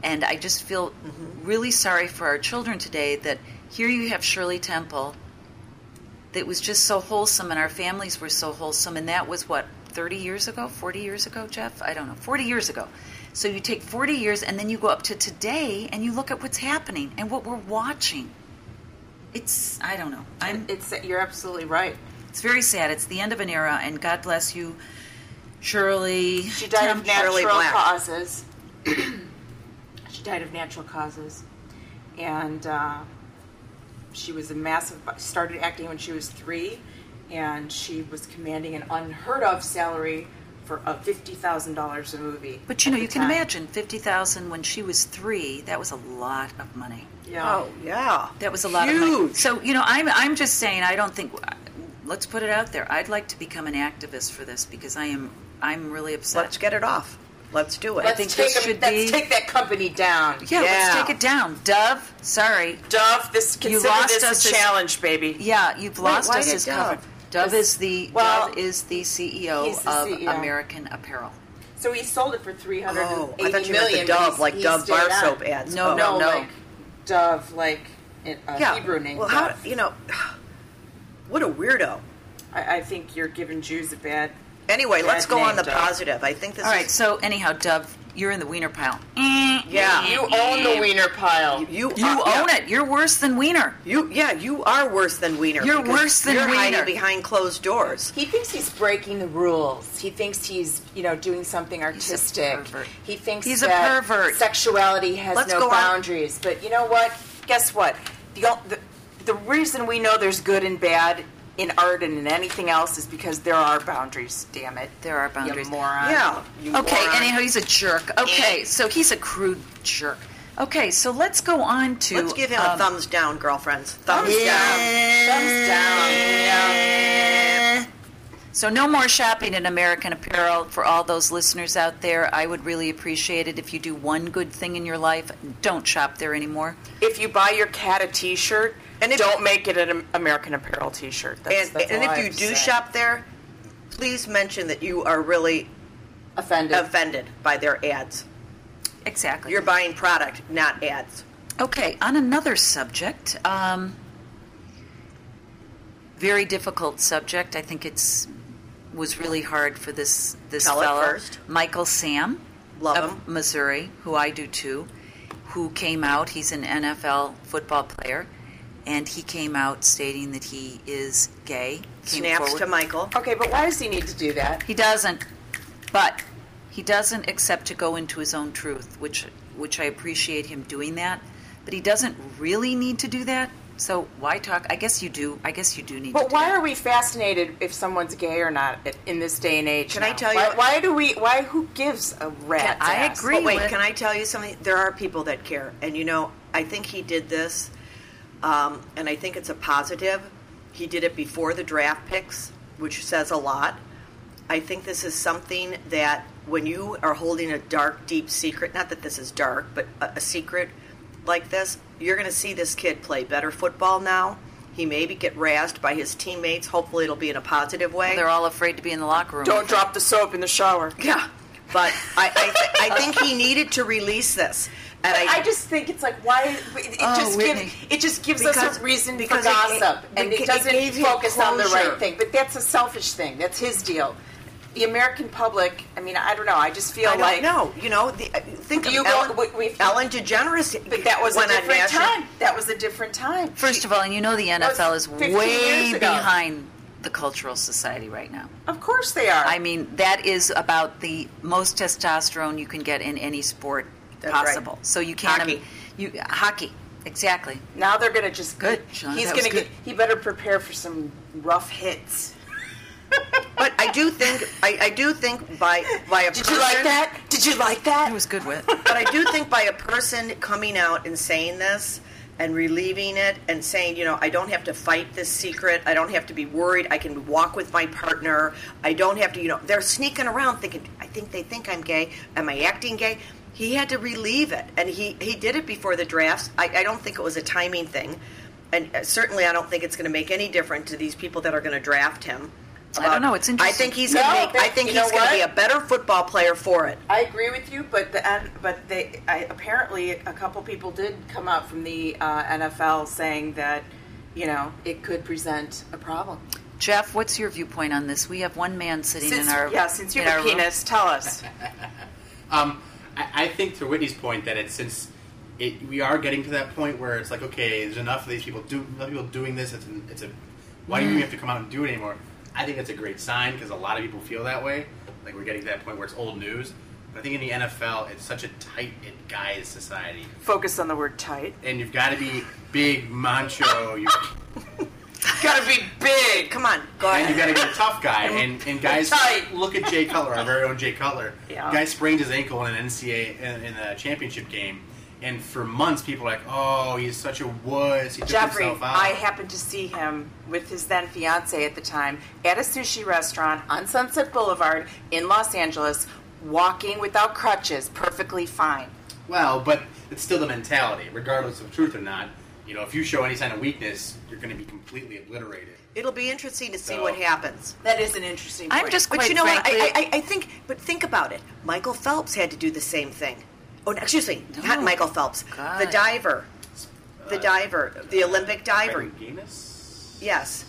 A: And I just feel
C: Mm-hmm.
A: really sorry for our children today that here you have Shirley Temple, that was just so wholesome and our families were so wholesome and that was what 30 years ago 40 years ago jeff i don't know 40 years ago so you take 40 years and then you go up to today and you look at what's happening and what we're watching it's i don't know i'm
C: it's you're absolutely right.
A: it's very sad it's the end of an era and god bless you shirley
C: She died of natural
B: Shirley Black.
C: causes. <clears throat> she died of natural causes, and uh, she was a massive. Started acting when she was three, and she was commanding an unheard of salary for uh, fifty thousand dollars a movie.
A: But you
C: at
A: know,
C: the
A: you can
C: time.
A: imagine fifty thousand when she was three. That was a lot of money.
C: Yeah.
B: Oh yeah,
A: That was a lot of money.
B: Huge.
A: So you know, I'm I'm just saying. I don't think. Let's put it out there. I'd like to become an activist for this because I am. I'm really upset.
B: Let's get it off. Let's do it.
A: I think
D: take
A: this
D: them-
A: should be-
D: let's take that company down.
A: yeah, let's
B: Yeah.
A: take it down, Dove. Sorry.
C: Dove, this consider
A: lost
C: this
A: us
C: a
A: as-
C: challenge, baby.
A: Yeah, you've lost
B: why
A: us
B: did
A: as
B: Dove?
A: covered. Dove is the
C: Well,
A: Dove is the CEO
C: he's the
A: of
B: E
C: CEO.
A: American Apparel.
C: So he sold it for three hundred
B: oh,
C: and
B: I
C: eighty million. but
B: thought you meant the Dove,
C: he's-
B: like
C: he
B: Dove
C: stayed
B: bar
C: out.
B: soap ads.
A: No,
B: Oh.
C: No,
A: no.
C: like Dove, like a
B: yeah.
C: Hebrew name.
B: Well,
C: Dove.
B: how you know? <sighs> What a weirdo.
C: I, I think you're giving Jews a bad.
B: Anyway, let's
C: Bad
B: go
C: name,
B: on the
C: Dove.
B: positive. I think this
A: All
B: is
A: right. So anyhow, Dove, you're in the wiener pile.
B: Yeah.
D: You own the wiener pile.
B: you.
A: You
B: are- yeah.
A: own it. You're worse than wiener.
B: You yeah, you are worse than Wiener.
A: You're
B: because
A: worse than
B: you're
A: Wiener.
B: hiding behind closed doors.
D: He thinks he's breaking the rules. He thinks he's, you know, doing something artistic.
A: pervert.
D: He thinks
A: He's a
D: that
A: pervert.
D: sexuality has
B: Let's go
D: no
B: on.
D: boundaries. But you know what? Guess what?
C: The, o- the the reason we know there's good and bad in art and in anything else is because there are boundaries. Damn it,
A: There are
C: you
A: boundaries.
C: moron.
B: Yeah. You
A: Okay,
B: moron.
A: anyhow, he's a jerk.
B: Eh.
A: Okay, so he's a crude jerk. Okay, so let's go on to.
B: Let's give him a
A: um,
B: thumbs down, girlfriends. Thumbs
C: Thumbs down.
A: So, no more shopping in American Apparel for all those listeners out there. I would really appreciate it if you do one good thing in your life. Don't shop there anymore.
C: If you buy your cat a T-shirt,
B: And if-
C: don't make it an American Apparel T-shirt. That's,
B: down.
C: that's
B: And, and
C: all
B: if
C: I
B: you
C: have to
B: do
C: say.
B: shop there, please mention that you are really
D: Offended.
B: offended by their ads.
A: Exactly.
B: You're buying product, not ads.
A: Okay, on another subject, um, very difficult subject. I think it's was really hard for this this
B: Tell it
A: fellow,
B: first.
A: Michael Sam,
B: Love
A: of
B: him.
A: Missouri, who I do too, who came out. He's an NFL football player, and he came out stating that he is gay. Came
B: Snaps
A: forward.
B: to Michael.
C: Okay, but why does he need to do that?
A: He doesn't, but he doesn't accept to go into his own truth, which which I appreciate him doing that. But he doesn't really need to do that. So why talk? I guess you do. I guess you do need. to
C: But
A: do
C: why
A: that.
C: are we fascinated if someone's gay or not i- in this day and age?
B: Can I
C: now?
B: tell you
C: Why,
B: what-
C: why do we? Why? Who gives a rat's
A: I
C: ass?
A: agree.
B: But wait,
A: with-
B: can I tell you something? There are people that care, and you know, I think he did this, um, and I think it's a positive. He did it before the draft picks, which says a lot. I think this is something that when you are holding a dark, deep secret, not that this is dark, but a, a secret like this, you're going to see this kid play better football now. He maybe get razzed by his teammates. Hopefully, it'll be in a positive way.
A: They're all afraid to be in the locker room.
C: Don't drop the soap in the shower.
B: yeah, but I, I, I think he needed to release this, and
C: I just think it's like why it, it
A: Oh,
C: just
A: Whitney.
C: gives it just gives us
B: Because-
C: a reason for
B: because it ga-
C: gossip, and
B: beca-
C: it
B: it
C: doesn't
B: gave you
C: focus on the
B: closure.
C: right thing. But that's a selfish thing. That's his deal. The American public. I mean, I don't know. I just feel
B: I don't
C: like
B: know. You know, the, I think
C: You
B: of
C: go-
B: Ellen,
C: w- w- if you-
B: Ellen DeGeneres.
C: But that was a
B: went on
C: different
B: national-
C: time. That was a different time.
A: First of all, and you know the
C: was
A: NFL is
C: 15 years
A: way
C: ago.
A: behind the cultural society right now.
C: Of course they are.
A: I mean, that is about the most testosterone you can get in any sport
B: That's right.
A: possible. So you can't.
B: Hockey.
A: You hockey exactly.
C: Now they're going to just
A: Good, Sean,
C: he's
A: that
C: going to
A: was
C: get.
A: good.
C: He better prepare for some rough hits.
B: But I do think I, I do think by by a
C: Did
B: person,
C: you like that? Did you like
A: It
C: that?
A: was good
B: <laughs>
A: with.
B: But I do think by a person coming out and saying this and relieving it and saying, you know, I don't have to fight this secret. I don't have to be worried. I can walk with my partner. I don't have to, you know, they're sneaking around thinking, I think they think I'm gay. Am I acting gay? He had to relieve it. And he, he did it before the drafts. I, I don't think it was a timing thing. And uh, certainly I don't think it's going to make any difference to these people that are going to draft him.
A: I don't know. It's
B: I
A: interesting.
B: think he's going to
C: No,
B: make, I
C: but
B: think
C: you know
B: he's going to
C: what?
B: be a better football player for it.
C: I agree with you, but the N- but they I, apparently a couple people did come out from the uh, NFL saying that you know it could present a problem.
A: Jeff, what's your viewpoint on this? We have one man sitting
C: Since,
A: in our
C: yeah, since you
A: in our
C: have a
A: room.
C: penis, tell us.
E: Um, I, I think to Whitney's point that it's since it, we are getting to that point where it's like, okay, there's enough of these people do enough people doing this. It's, an, it's a why do you have to come out and do it anymore? I think that's a great sign because a lot of people feel that way. Like we're getting to that point where it's old news. But I think in the NFL, it's such a tight and guys society,
C: Focus on the word tight.
E: and you've got to be big macho. You,
C: gotta be big.
B: Come on, go
E: and you
B: ahead.
E: got to be a
C: <laughs>
E: tough guy. And, and guys,
C: Tight.
E: look at Jay Cutler, our very own Jay Cutler.
C: Yeah.
E: Guy sprained his ankle in an NCAA in, in a championship game, and for months people were like, "Oh, he's such a wuss. He took
C: Jeffrey,
E: himself out."
C: I happened to see him with his then fiance at the time at a sushi restaurant on Sunset Boulevard in Los Angeles, walking without crutches, perfectly fine.
E: well, but it's still the mentality, regardless of truth or not. You know, if you show any sign of weakness, you're going to be completely obliterated.
B: It'll be interesting to see
E: So-
B: what happens.
C: That is an interesting.
A: I'm
C: point.
A: just
B: But
A: quite
B: you know
A: frankly,
B: what? I- I, I, I think, but think about it. Michael Phelps had to do the same thing. Oh, no, excuse me, not
A: No.
B: Michael Phelps. The
A: God.
B: diver, the diver, the Olympic diver.
E: Brendan Gaines?
B: Yes.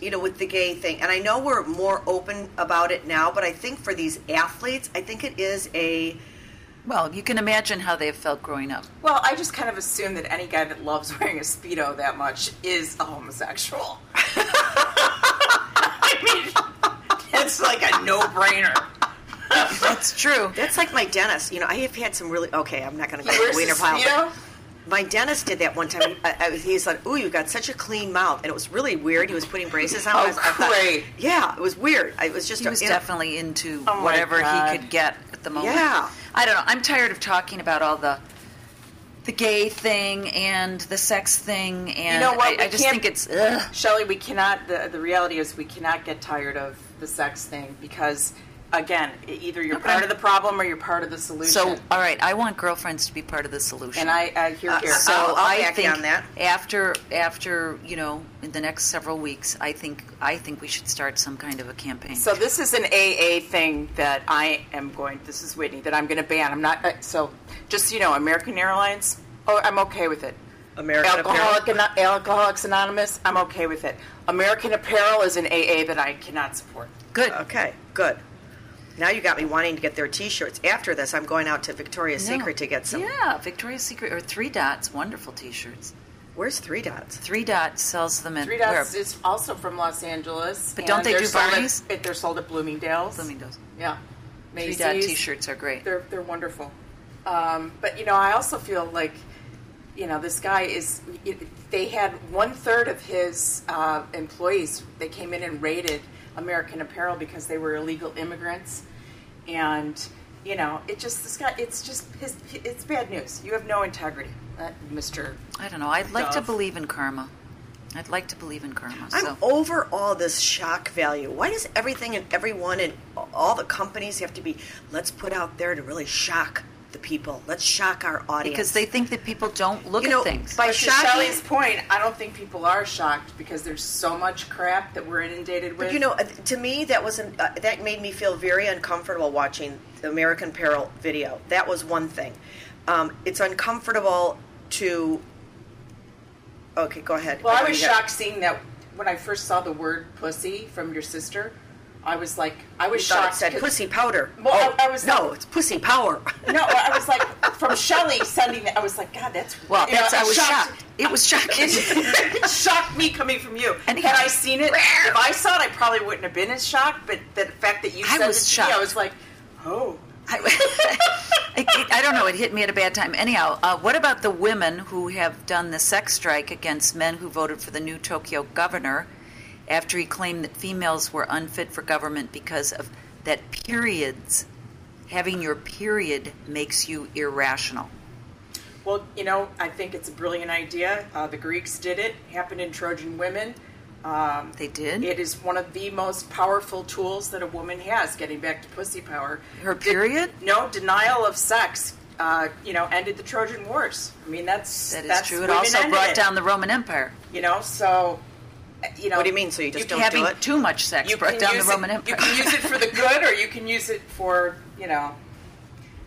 B: You know, with the gay thing. And I know we're more open about it now, but I think for these athletes, I think it is a.
A: well, you can imagine how they have felt growing up.
C: Well, I just kind of assume that any guy that loves wearing a speedo that much is a homosexual. I mean, it's like a no-brainer.
A: That's true.
B: That's like my dentist. You know, I have had some really. Okay, I'm not going to go to
C: Where's
B: the
C: the
B: <laughs> wiener pile. but
C: speedo?
B: My dentist did that one time. I, I, was- he said, "Ooh, you've got such a clean mouth," and it was really weird. He was putting braces on.
C: Oh,
B: I was- I thought-
C: great.
B: yeah, it was weird. I- It was just
A: He was
B: you know,
A: definitely into
C: Oh my
A: whatever
C: God.
A: he could get at the moment.
B: Yeah.
A: I don't know. I'm tired of talking about all the the gay thing and the sex thing and
C: know what?
A: I-
C: We
A: I, just
C: can't-
A: think it's ugh.
C: Shelley, we cannot. The, the reality is, we cannot get tired of the sex thing because, again, e- either you're
A: Okay.
C: part of the problem or you're part of the solution.
A: So, all right, I want girlfriends to be part of the solution.
C: and I, I hear,
B: Uh,
C: hear.
B: so- I'll- I'll back you on that.
A: after after you know in the next several weeks, I think I think we should start some kind of a campaign.
C: So this is an AA thing that I am going. This is Whitney that I'm going to ban. I'm not. uh, So just so you know, American Airlines. Oh, I'm okay with it.
B: American
C: Alcoholic
B: Apparel.
C: Ano- Alcoholics Anonymous. I'm okay with it. American Apparel is an AA that I cannot support.
A: Good.
B: Okay, good. Now you got me wanting to get their T-shirts. After this, I'm going out to Victoria's
A: No.
B: Secret to get some.
A: Yeah, Victoria's Secret or Three Dots, wonderful T-shirts.
B: Where's Three Dots?
A: Three Dots sells them at
C: Three Dots
A: where?
C: is also from Los Angeles.
A: But don't
C: and
A: they
C: they're
A: do
C: sold at-
A: Barney's?
C: it- they're sold at Bloomingdale's.
A: Bloomingdale's.
C: Yeah.
A: Three
C: Macy's.
A: Dot T-shirts are great.
C: They're they're wonderful. Um, but you know, I also feel like you know this guy is. They had one third of his uh, employees. They came in and raided American Apparel because they were illegal immigrants, and you know, it just this guy. It's just his. It's bad news. You have no integrity, uh, Mister.
A: I don't know. I'd like to
C: Dove.
A: believe in karma. I'd like to believe in karma.
B: I'm
A: so
B: over all this shock value. Why does everything and everyone and all the companies have to be? Let's put out there to really shock the people. Let's shock our audience.
A: because they think that people don't look
B: You
A: at
B: know,
A: things.
B: by
C: But to
B: shocking-
C: Shelley's point, I don't think people are shocked because there's so much crap that we're inundated with.
B: But you know, uh, to me, that was an, uh, that made me feel very uncomfortable watching the American Peril video. That was one thing. Um, it's uncomfortable to. Okay, go ahead.
C: Well, I
B: know
C: was
B: you got-
C: shocked seeing that when I first saw the word pussy from your sister. I was like, I was
B: You thought
C: shocked.
B: It said
C: 'cause-
B: pussy powder.
C: Well,
B: Oh,
C: I- I was-
B: no, it's pussy power.
C: <laughs>
B: <laughs>
C: No, I was like, from Shelley sending that. I was like, God, that's
A: well,
C: you know,
A: that's I
C: it
A: was shocked. It was shocking.
C: <laughs>
A: <laughs>
C: It shocked me coming from you.
A: And
C: And
A: he-
C: had I
A: <laughs>
C: seen it, if I saw it, I probably wouldn't have been as shocked. But the fact that you
A: I
C: said
A: was
C: it to me,
A: shocked.
C: I was like, oh.
A: I, <laughs> it, it- I don't know. It hit me at a bad time. Anyhow, uh, what about the women who have done the sex strike against men who voted for the new Tokyo governor after he claimed that females were unfit for government because of that periods, having your period makes you irrational.
C: Well, you know, I think it's a brilliant idea. Uh, the Greeks did it. Happened in Trojan women. Um,
A: They did?
C: It is one of the most powerful tools that a woman has. Getting back to pussy power.
A: Her period?
C: No denial of sex. Uh, you know, ended the Trojan Wars. I mean, that's
A: That is
C: that's
A: true. It
C: women
A: also
C: ended
A: brought
C: it,
A: down the Roman Empire.
C: You know, so uh, you know.
B: What do you mean? So you just don't
A: having
B: do it?
A: too much sex
C: You
A: brought
C: can
A: down the
C: use
A: Roman
C: it,
A: Empire.
C: You can use it for the good, or you can use it for you know.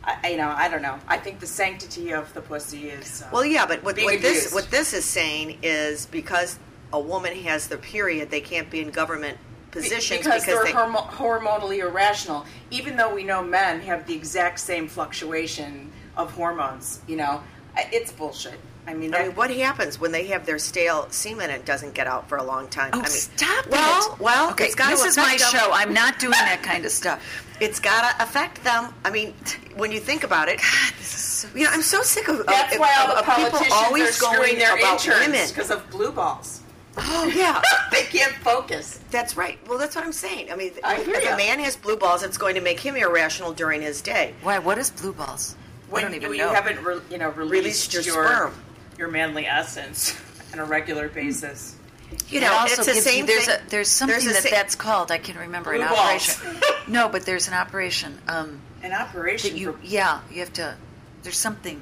C: I, I- you know, I don't know. I think the sanctity of the pussy is. Uh,
B: Well, yeah, but what,
C: Being
B: what this
C: abused.
B: what this is saying is because a woman has their period, they can't be in government
C: Be-
B: positions
C: because, they're
B: they.
C: hormo- hormonally irrational. Even though we know men have the exact same fluctuation of hormones, you know, I- it's bullshit. I mean,
B: I
C: that,
B: mean, what happens when they have their stale semen and it doesn't get out for a long time?
A: Oh,
B: I mean,
A: stop
B: well,
A: it.
B: Well,
A: okay,
B: it's gotta
A: this is my
B: affect them.
A: show. I'm not doing that kind of stuff.
B: It's got to affect them. I mean, when you think about it, you know, I'm so sick of, of,
C: that's why all the
B: of- of Uh, people
C: politicians
B: always
C: are screwing
B: going
C: their <laughs>
B: about
C: interns
B: women.
C: because of blue balls.
B: Oh yeah,
D: they can't focus.
B: that's right. Well, that's what I'm saying. I mean,
D: I hear
B: if
D: ya.
B: a man has blue balls, it's going to make him irrational during his day.
A: Why? What is blue balls?
C: when
A: I don't even
C: you,
A: know.
C: you haven't re- you know released,
B: Released your
C: your
B: sperm.
C: your manly essence <laughs> on a regular basis.
A: you
B: It
A: know,
B: also
A: it's the
B: gives you-
A: same.
B: there's
A: there's
B: a-
A: a, there's something
B: there's a
A: that
B: sa-
A: that's called. I can remember an
C: Blue balls.
A: operation. no, but there's an operation. Um,
C: An operation
A: that you,
C: for
A: yeah, you have to. There's something.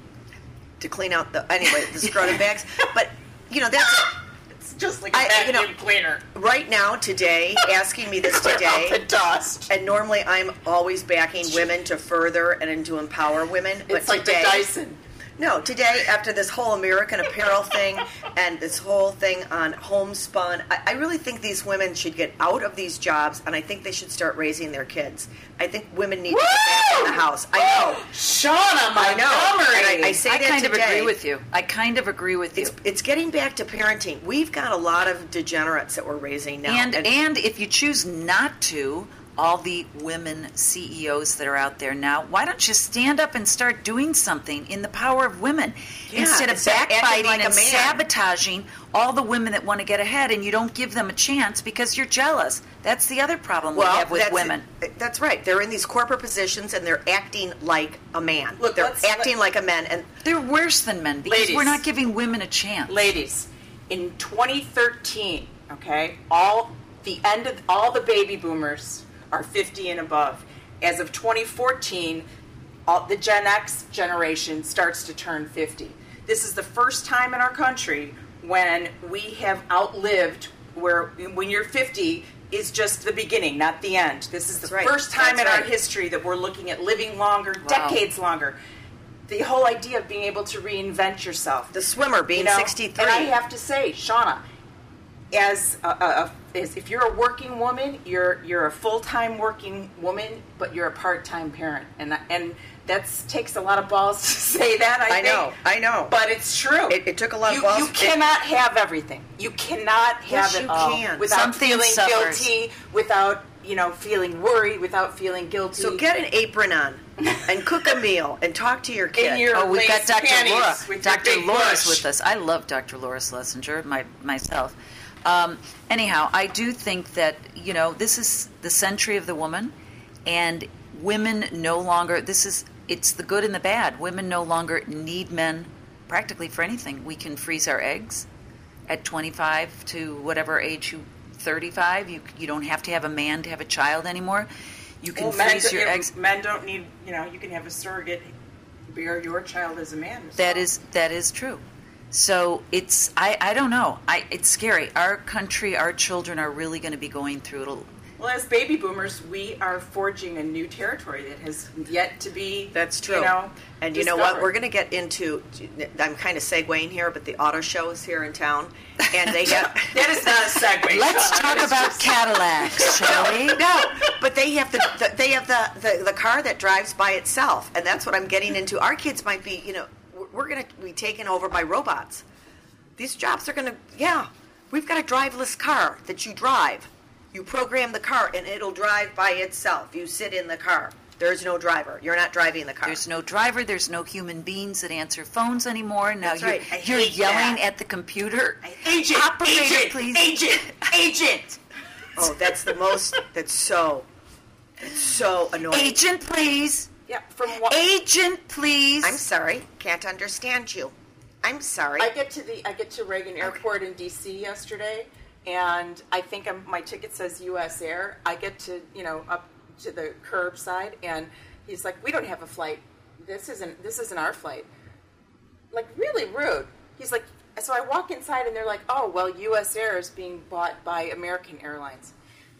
B: To clean out the anyway the scrotum bags, but you know that's
C: it's just like a
B: I- you
C: vacuum
B: know-
C: cleaner.
B: right now today asking me this
D: Clear
C: <laughs>
D: out the
B: today.
D: dust.
B: And normally I'm always backing women to further and to empower women. But
D: It's like
B: today,
D: the Dyson.
B: No, today after this whole American
A: <laughs>
B: Apparel thing and this whole thing on homespun, I, I really think these women should get out of these jobs, and I think they should start raising their kids. I think women need to get back in the house. I know,
D: Shauna
B: I
D: Montgomery.
B: know. And I, I say
A: I
B: that
A: kind of
B: today.
A: agree with you. I kind of agree with you.
B: It's, it's getting back to parenting. We've got a lot of degenerates that we're raising now,
A: and and if you choose not to, all the women CEOs that are out there now, why don't you stand up and start doing something in the power of women
B: Yeah,
A: instead of
B: instead of acting
A: backbiting
B: like a
A: and
B: man.
A: sabotaging all the women that want to get ahead and you don't give them a chance because you're jealous. That's the other problem we have with
B: that's,
A: women.
B: That's right. They're in these corporate positions and they're acting like a man.
C: Look,
B: they're
C: let's-
B: acting like a man, and
A: They're worse than men because
C: Ladies.
A: we're not giving women a chance.
C: ladies in 2013 okay all the end of all the baby boomers are 50 and above as of 2014 all, the gen x generation starts to turn 50 this is the first time in our country when we have outlived where when you're 50 is just the beginning not the end this is the
B: That's right.
C: first time
B: That's
C: in our
B: right.
C: history that we're looking at living longer
A: Wow.
C: decades longer the whole idea of being able to reinvent yourself
B: the swimmer being
C: you know,
B: 63.
C: And I have to say, Shauna, as a, a, a, as if you're a working woman, you're you're a full time working woman, but you're a part time parent, and and that's takes a lot of balls <laughs> to say that. I,
B: I know,
C: think.
B: I know.
C: but it's true.
B: It- it took a lot of
C: you,
B: balls.
C: You
B: It-
C: cannot have everything. You cannot have
B: Yes,
C: it
B: you
C: all
B: can.
C: without
A: Something
C: feeling
A: suffers.
C: guilty, without you know feeling worried, without feeling guilty.
B: so get an apron on and cook a meal and talk to your
C: <laughs>
B: kid.
C: in your
A: Oh, we've got
C: lace
A: Dr.
C: panties
A: Laura.
C: with your
A: Dr.
C: big
A: Laura's
C: bush.
A: with us. I love Dr. Loris Lessinger, my, myself. Um, anyhow, I do think that, you know, this is the century of the woman, and women no longer, this is, it's the good and the bad. Women no longer need men practically for anything. We can freeze our eggs at 25 to whatever age you, 35. You, you don't have to have a man to have a child anymore. You can
C: Well,
A: freeze
C: don't-
A: your
C: yeah,
A: eggs.
C: Men don't need, you know, you can have a surrogate bear your child as a man. as
A: That
C: well.
A: is that is true. So it's I, I don't know. I it's scary. Our country, our children are really going to be going through it. a-
C: Well, as baby boomers, we are forging a new territory that has yet to be.
B: That's true.
C: You know,
B: and you know what?
C: discovered.
B: We're going to get into. I'm kind of segueing here, but the auto show is here in town, and
C: <laughs>
B: they have.
C: That is not a <laughs> segue.
A: Let's <laughs> talk about <laughs> Cadillacs, shall we?
B: No, but they have the, the they have the, the the car that drives by itself, and that's what I'm getting into. Our kids might be, you know, we're- we're going to be taken over by robots. These jobs are going to, yeah, we've got a driveless car that you drive. You program the car, and it'll drive by itself. You sit in the car. There's no driver. You're not driving the car.
A: There's no driver. There's no human beings that answer phones anymore. Now
B: That's
A: you're,
B: right. I
A: you're
B: hate
A: yelling
B: that.
A: at the computer.
C: Agent,
A: Operator,
C: agent,
A: please.
C: agent, agent.
B: oh, that's the most. That's so. That's so annoying.
A: Agent, please.
C: Yeah, from what
A: Agent, please.
B: I'm sorry. Can't understand you. I'm sorry.
C: I get to the I get to Reagan Airport in DC yesterday, and I think I'm, my ticket says U.S. Air. I get to you know up to the curbside, and he's like, "We don't have a flight. This isn't this isn't our flight." Like really rude. He's like, so I walk inside, and they're like, "Oh well, U.S. Air is being bought by American Airlines."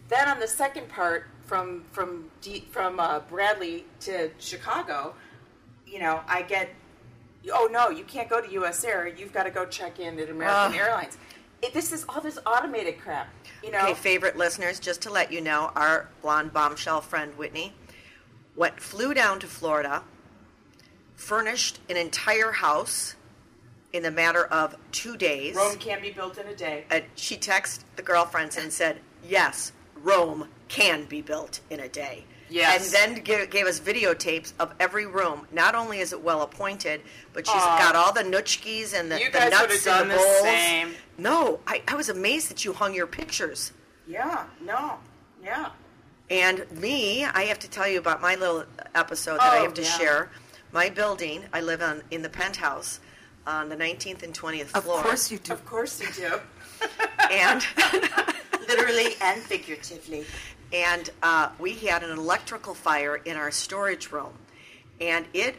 C: Then on the second part from from D, from uh, Bradley to Chicago, you know, I get, oh no, you can't go to U.S. Air. You've got to go check in at American
A: Ugh.
C: Airlines. It, this is all this automated crap. You know,
B: Okay, favorite listeners, just to let you know, our blonde bombshell friend Whitney went flew down to Florida, furnished an entire house in the matter of two days.
C: Rome can be built in a day.
B: And she texted the girlfriends and said, "Yes, Rome can be built in a day."
C: Yes.
B: And then gave, gave us videotapes of every room. Not only is it well appointed, but she's
C: Aw.
B: got all the nutskis and the,
C: You
B: the
C: guys
B: nuts
C: would've
B: and
C: done
B: the
C: the
B: bowls.
C: same.
B: No, I, I was amazed that you hung your pictures.
C: Yeah, no, yeah.
B: And me, I have to tell you about my little episode that I
C: Oh,
B: have to
C: yeah.
B: share. My building, I live on in the penthouse on the 19th and 20th
A: Of
B: floor.
A: course you do.
C: Of course you do.
B: <laughs>
C: <laughs>
B: And
C: Literally and figuratively.
B: and uh, we had an electrical fire in our storage room, and it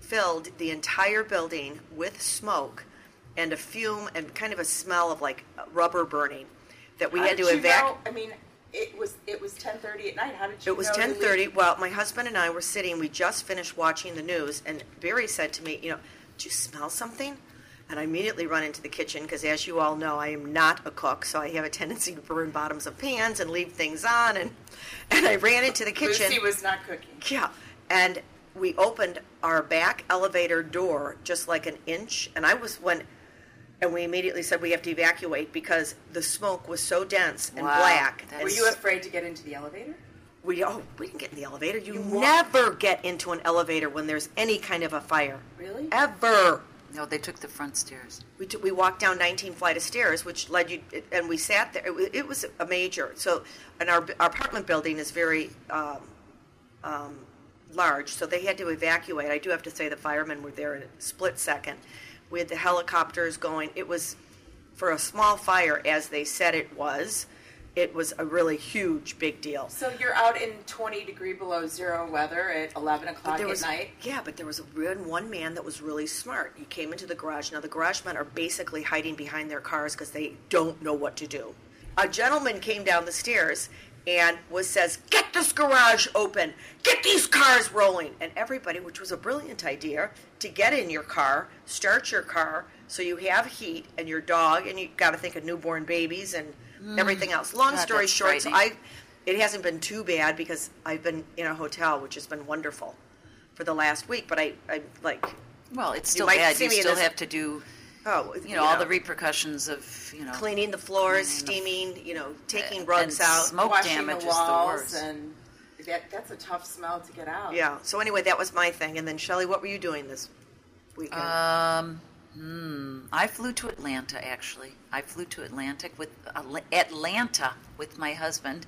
B: filled the entire building with smoke and a fume and kind of a smell of like rubber burning that we
C: How
B: had to
C: did you
B: evacuate.
C: know- I mean, it was it was ten thirty at night. How did you?
B: It was
C: know to
B: ten
C: leave?
B: thirty. Well, my husband and I were sitting. We just finished watching the news, and Barry said to me, "You know, do you smell something?" And I immediately run into the kitchen because, as you all know, I am not a cook, so I have a tendency to burn bottoms of pans and leave things on. And <laughs> and I ran into the kitchen.
C: Lucy was not cooking.
B: Yeah. And we opened our back elevator door just like an inch. And I was when, and we immediately said we have to evacuate because the smoke was so dense and
A: Wow.
B: black.
A: That
B: and
C: Were
A: is-
C: you afraid to get into the elevator?
B: we, oh, we didn't get in the elevator. You, never get into an elevator when there's any kind of a fire.
C: Really?
B: Ever.
A: No, they took the front stairs.
B: We, took, we walked down 19 flight of stairs, which led you, and we sat there. It, wa- it was a major. So, and our, our apartment building is very um, um, large, so they had to evacuate. I do have to say the firemen were there in a split second. We had the helicopters going. It was for a small fire, as they said it was. It was a really huge, big deal.
C: So you're out in twenty degree below zero weather at eleven
B: But
C: o'clock
B: there
C: at
B: was,
C: night.
B: Yeah, but there was one, one man that was really smart. He came into the garage. Now, the garage men are basically hiding behind their cars because they don't know what to do. A gentleman came down the stairs and was says, get this garage open. Get these cars rolling. And everybody, which was a brilliant idea, to get in your car, start your car, so you have heat and your dog, and you got to think of newborn babies and
C: Mm.
B: everything else. Long
A: God,
B: story
A: Uh, that's
B: short, so
A: frightening.
B: I it hasn't been too bad because I've been in a hotel, which has been wonderful for the last week. But I, I like,
A: Well, it's still
B: might
A: bad.
B: see
A: You
B: me in
A: still
B: this-
A: have to do,
B: oh,
A: you know, all the repercussions of, you know,
B: cleaning the floors,
A: Cleaning the-
B: steaming, you know, taking
A: and
B: rugs out.
A: Smoke
C: Washing
A: damage is the
C: the walls
A: worst.
C: and that, that's a tough smell to get out.
B: yeah. So anyway, that was my thing. And then Shelley, what were you doing this weekend?
A: Um, hmm. I flew to Atlanta actually. I flew to Atlantic with Al- Atlanta with my husband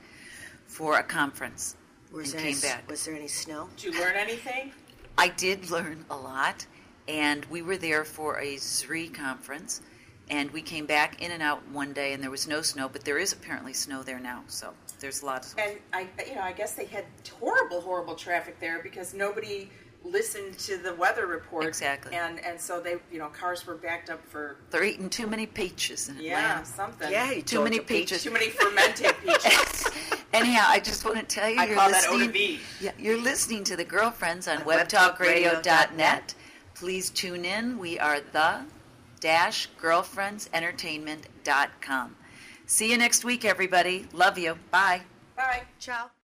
A: for a conference
B: was,
A: and
B: there any,
A: came back.
B: was there any snow?
C: Did you learn anything?
A: I did learn a lot, and we were there for a ZRI conference, and we came back in and out one day, and there was no snow, but there is apparently snow there now, so there's a lot of.
C: And I, you know, I guess they had horrible, horrible traffic there because nobody listened to the weather report.
A: Exactly.
C: And and so they, you know, cars were backed up for
A: They're eating too many peaches in
C: yeah
A: Atlanta. <laughs>
C: something.
B: Yeah, you
A: Too many
B: Georgia peach.
A: peaches.
C: Too many <laughs> fermented peaches.
A: Anyhow, I just want to tell you,
C: I
A: you're
C: call that O to
A: listening.
C: B.
A: yeah, you're listening to the girlfriends on,
B: On
A: WebTalkRadio.net.
B: webtalkradio.net.
A: Please tune in. We are the dash girlfriendsentertainment.com. See you next week, everybody. Love you. Bye.
C: Bye.
B: Ciao.